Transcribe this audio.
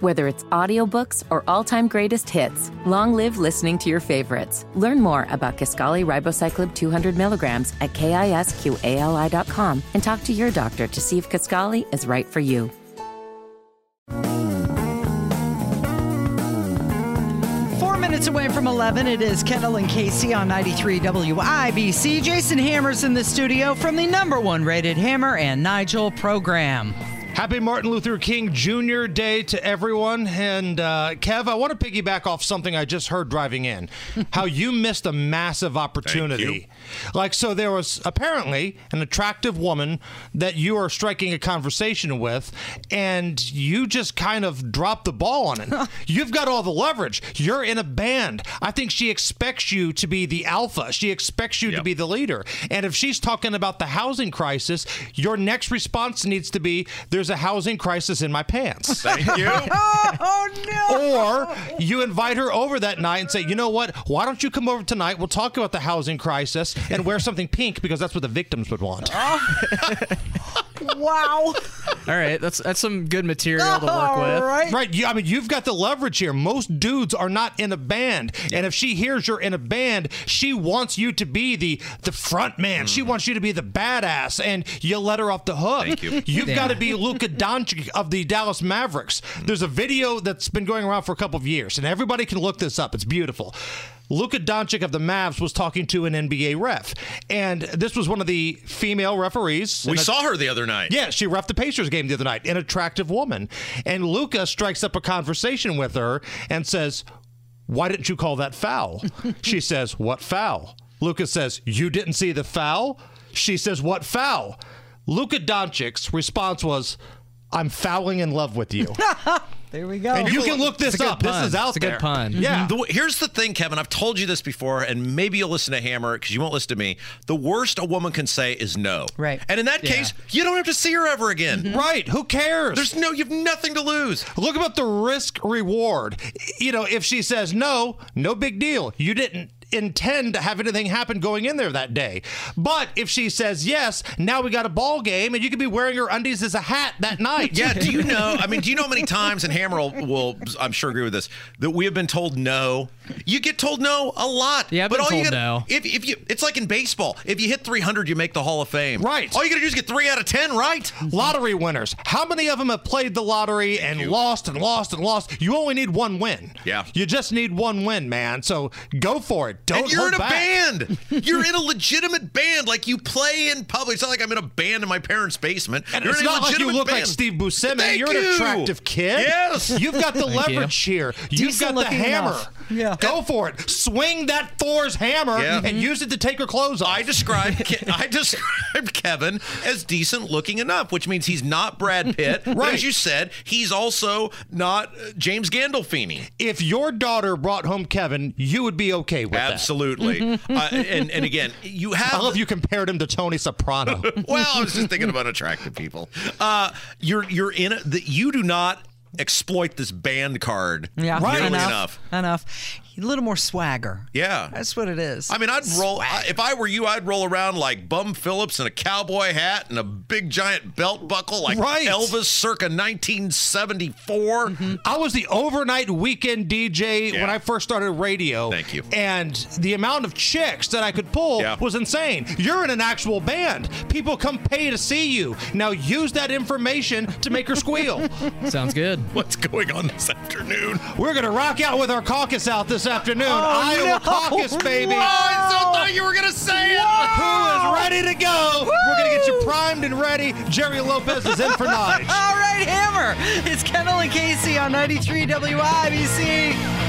Whether it's audiobooks or all-time greatest hits, long live listening to your favorites. Learn more about Kaskali Ribocyclib 200 milligrams at kisqali.com and talk to your doctor to see if Kaskali is right for you. Four minutes away from 11, it is Kendall and Casey on 93 WIBC. Jason Hammer's in the studio from the number one rated Hammer and Nigel program. Happy Martin Luther King Jr. Day to everyone. And uh, Kev, I want to piggyback off something I just heard driving in how you missed a massive opportunity. Like, so there was apparently an attractive woman that you are striking a conversation with, and you just kind of dropped the ball on it. You've got all the leverage. You're in a band. I think she expects you to be the alpha, she expects you to Yep. be the leader. And if she's talking about the housing crisis, your next response needs to be there's a housing crisis in my pants. Thank you. Oh, no. or you invite her over that night and say, you know what? Why don't you come over tonight? We'll talk about the housing crisis and wear something pink because that's what the victims would want. All Wow. right, that's that's some good material to work All with. right. Right. You, I mean, you've got the leverage here. Most dudes are not in a band, and if she hears you're in a band, she wants you to be the the front man. She wants you to be the badass, and you let her off the hook. Mm. Thank you. You've got to be Luka Doncic of the Dallas Mavericks. Mm. There's a video that's been going around for a couple of years, and everybody can look this up. It's beautiful. Luka Doncic of the Mavs was talking to an NBA ref, and this was one of the female referees. We And a- saw her the other night. yeah, she ref the Pacers game the other night, an attractive woman. And Luca strikes up a conversation with her and says, Why didn't you call that foul? she says, What foul? Luca says, You didn't see the foul? She says, What foul? Luca Doncic's response was, I'm fouling in love with you. There we go. and you can look this a good up. pun. This is out It's a good there. pun. Mm-hmm. Yeah. The, here's the thing, Kevin. I've told you this before, and maybe you'll listen to Hammer because you won't listen to me. The worst a woman can say is no. Right. And in that case, you don't have to see her ever again. Mm-hmm. Right. Who cares? There's no, you have nothing to lose. Look about the risk reward. You know, if she says no, no big deal. You didn't intend to have anything happen going in there that day. But if she says yes, now we got a ball game and you could be wearing your undies as a hat that night. Yeah, do you know? I mean, do you know how many times, and Hammer will, will, I'm sure, agree with this, that we have been told no? You get told no a lot. Yeah, I've but been all you told gotta, no. If, if you, it's like in baseball. If you hit 300, you make the Hall of Fame. Right. All you got to do is get three out of 10 right. Lottery winners. How many of them have played the lottery and lost and lost and lost? You only need one win. Yeah. You just need one win, man. So go for it. Don't And you're hold in a back. band. You're in a legitimate band. Like you play in public. It's not like I'm in a band in my parents' basement. And you're it's in a not like you legitimate look like band. Steve Buscemi. Thank You're you. an attractive kid. Yes. You've got the you. leverage here. You've got Decent the looking hammer. enough. Yeah. Go for it. Swing that Thor's hammer Yeah. and use it to take her clothes off. I describe Ke- I described Kevin as decent looking enough, which means he's not Brad Pitt. but Right. As you said, he's also not uh, James Gandolfini. if your daughter brought home Kevin, you would be okay with Absolutely. uh, and and again, you have that. I love you compared him to Tony Soprano. well, I was just thinking about attractive people. Uh, you're you're in a, that you do not exploit this band card Yeah, nearly enough, enough. Enough. A little more swagger. Yeah. That's what it is. I mean, I'd roll. I, if I were you, I'd roll around like Bum Phillips in a cowboy hat and a big giant belt buckle, like Right. Elvis circa 1974. Mm-hmm. I was the overnight weekend DJ Yeah. when I first started radio. Thank you. And the amount of chicks that I could pull Yeah. was insane. You're in an actual band. People come pay to see you. Now use that information to make her squeal. Sounds good. What's going on this afternoon? Oh, We're gonna rock out with our caucus out this afternoon. Iowa no. caucus, baby. Oh, I so thought you were gonna say it. Who is ready to go? We're gonna get you primed and ready. Jerry Lopez is in for Nige. All right, Hammer. It's Kendall and Casey on 93 WIBC.